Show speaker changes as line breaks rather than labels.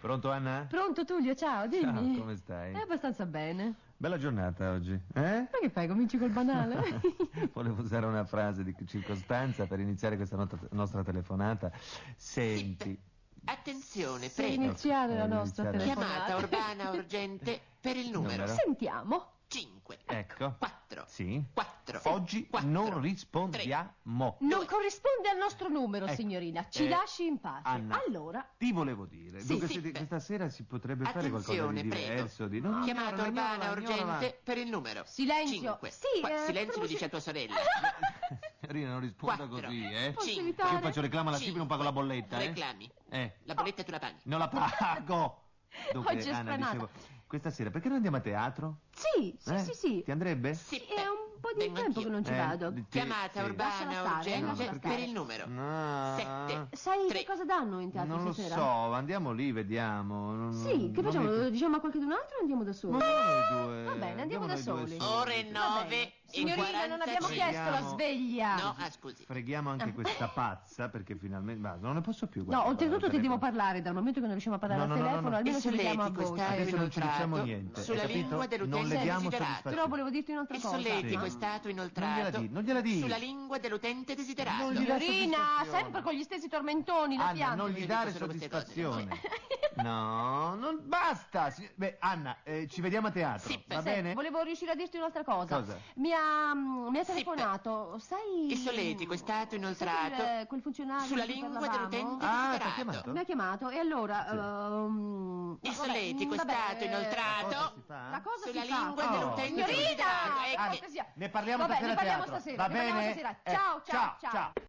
Pronto Anna?
Pronto Tullio, ciao, dimmi.
Ciao, come stai?
È abbastanza bene.
Bella giornata oggi, eh?
Ma che fai, cominci col banale?
Volevo usare una frase di circostanza per iniziare questa not- nostra telefonata. Senti,
Attenzione,
per
prego.
iniziare la
Eh,
nostra
iniziare.
Chiamata
telefonata. Eh?
urbana urgente per il numero,
Numero.
Sentiamo.
5.
ecco.
4.
Sì.
4.
Oggi non rispondiamo.
Non
Due.
corrisponde al nostro numero,
Ecco.
signorina. Ci
Eh,
lasci in pace.
Anna.
Allora, eh.
Ti volevo dire,
Sì,
dunque
sì,
se di-
beh.
questa sera si potrebbe fare qualcosa
Attenzione,
di diverso, di no,
prego. Chiamata
ignorala,
urbana
ignorala, ignorala.
urgente per il numero.
Silenzio.
5.
Sì, eh,
Silenzio,
potremmo-
lo dice a tua sorella.
Signorina, non risponda
Quattro.
così, eh?
Posso
Cinque.
evitare?
Io faccio reclamo alla CIP non pago la bolletta, eh?
Reclami.
Eh,
La bolletta tu la paghi.
non la pago. Dunque,
Oggi è
Anna,
sfranata.
dicevo, questa sera perché non andiamo a teatro?
Sì, sì,
Eh?
sì, sì. Eh,
Ti andrebbe?
Sì,
È un po' di
vengo
tempo che
anch'io.
non ci
Eh,
vado.
di-
Chiamata
Sì.
urbana
Lasciala stare,
urgente
lasciala
per
stare.
il numero.
No.
eh. Sette.
Sai
Tre.
che cosa danno in teatro
Non lo
stasera?
so, andiamo lì, vediamo. Non-
Sì, che
non
facciamo?
mi-
Lo diciamo a qualche un altro o andiamo da soli?
Ma noi due.
Va bene, andiamo da
noi due
soli.
Ore
Va bene.
9 e
Signorina, non
45.
abbiamo chiesto la
Vediamo.
sveglia.
No, ah, scusi.
Freghiamo anche questa pazza perché finalmente... Ma non ne posso più.
No,
guarda,
oltretutto ti
guarda, il
devo
telefono.
parlare da un momento che non riusciamo a parlare
No,
al
no, no, no,
telefono,
no.
almeno
Il
ce lo diamo a
solletico
voi.
sta-
Adesso non ci diciamo
Inoltrato
niente.
sulla
hai capito?
lingua dell'utente
Non le diamo
desiderato.
Però
soddisfazione.
volevo dirti un'altra
Il
cosa.
solletico
Sì.
è stato
Non gliela
inoltrato
di- non gliela di.
sulla lingua dell'utente
Non
desiderato.
gliela-
Signorina,
soddisfazione.
sempre con gli stessi tormentoni, la
Anna,
pianta.
non
io
gli
dico
dare
solo queste cose,
soddisfazione. No, non basta. si- Beh, Anna, eh, ci vediamo a teatro.
Sì,
va
sì,
bene?
Volevo riuscire a dirti un'altra cosa.
Cosa?
Mi ha, mm, mi ha
Sì,
telefonato, sai...
Il solletico è stato
sai
inoltrato
Quel, quel funzionario
sulla
di cui
lingua
parlavamo?
dell'utente
Ah, t'ha
desiderato.
chiamato?
Mi ha chiamato e allora...
Sì.
ehm,
Il
vabbè,
solletico è
vabbè,
stato
eh,
La
inoltrato.
cosa si fa?
La cosa
Sulla
si fa?
lingua
Oh.
dell'utente
Signorina,
desiderato,
eh,
ecco.
cortesia.
Ne parliamo
Vabbè,
stasera
ne
a
parliamo
teatro.
stasera.
Va
ne parliamo
bene?
stasera.
Eh,
Ciao, ciao,
ciao, ciao.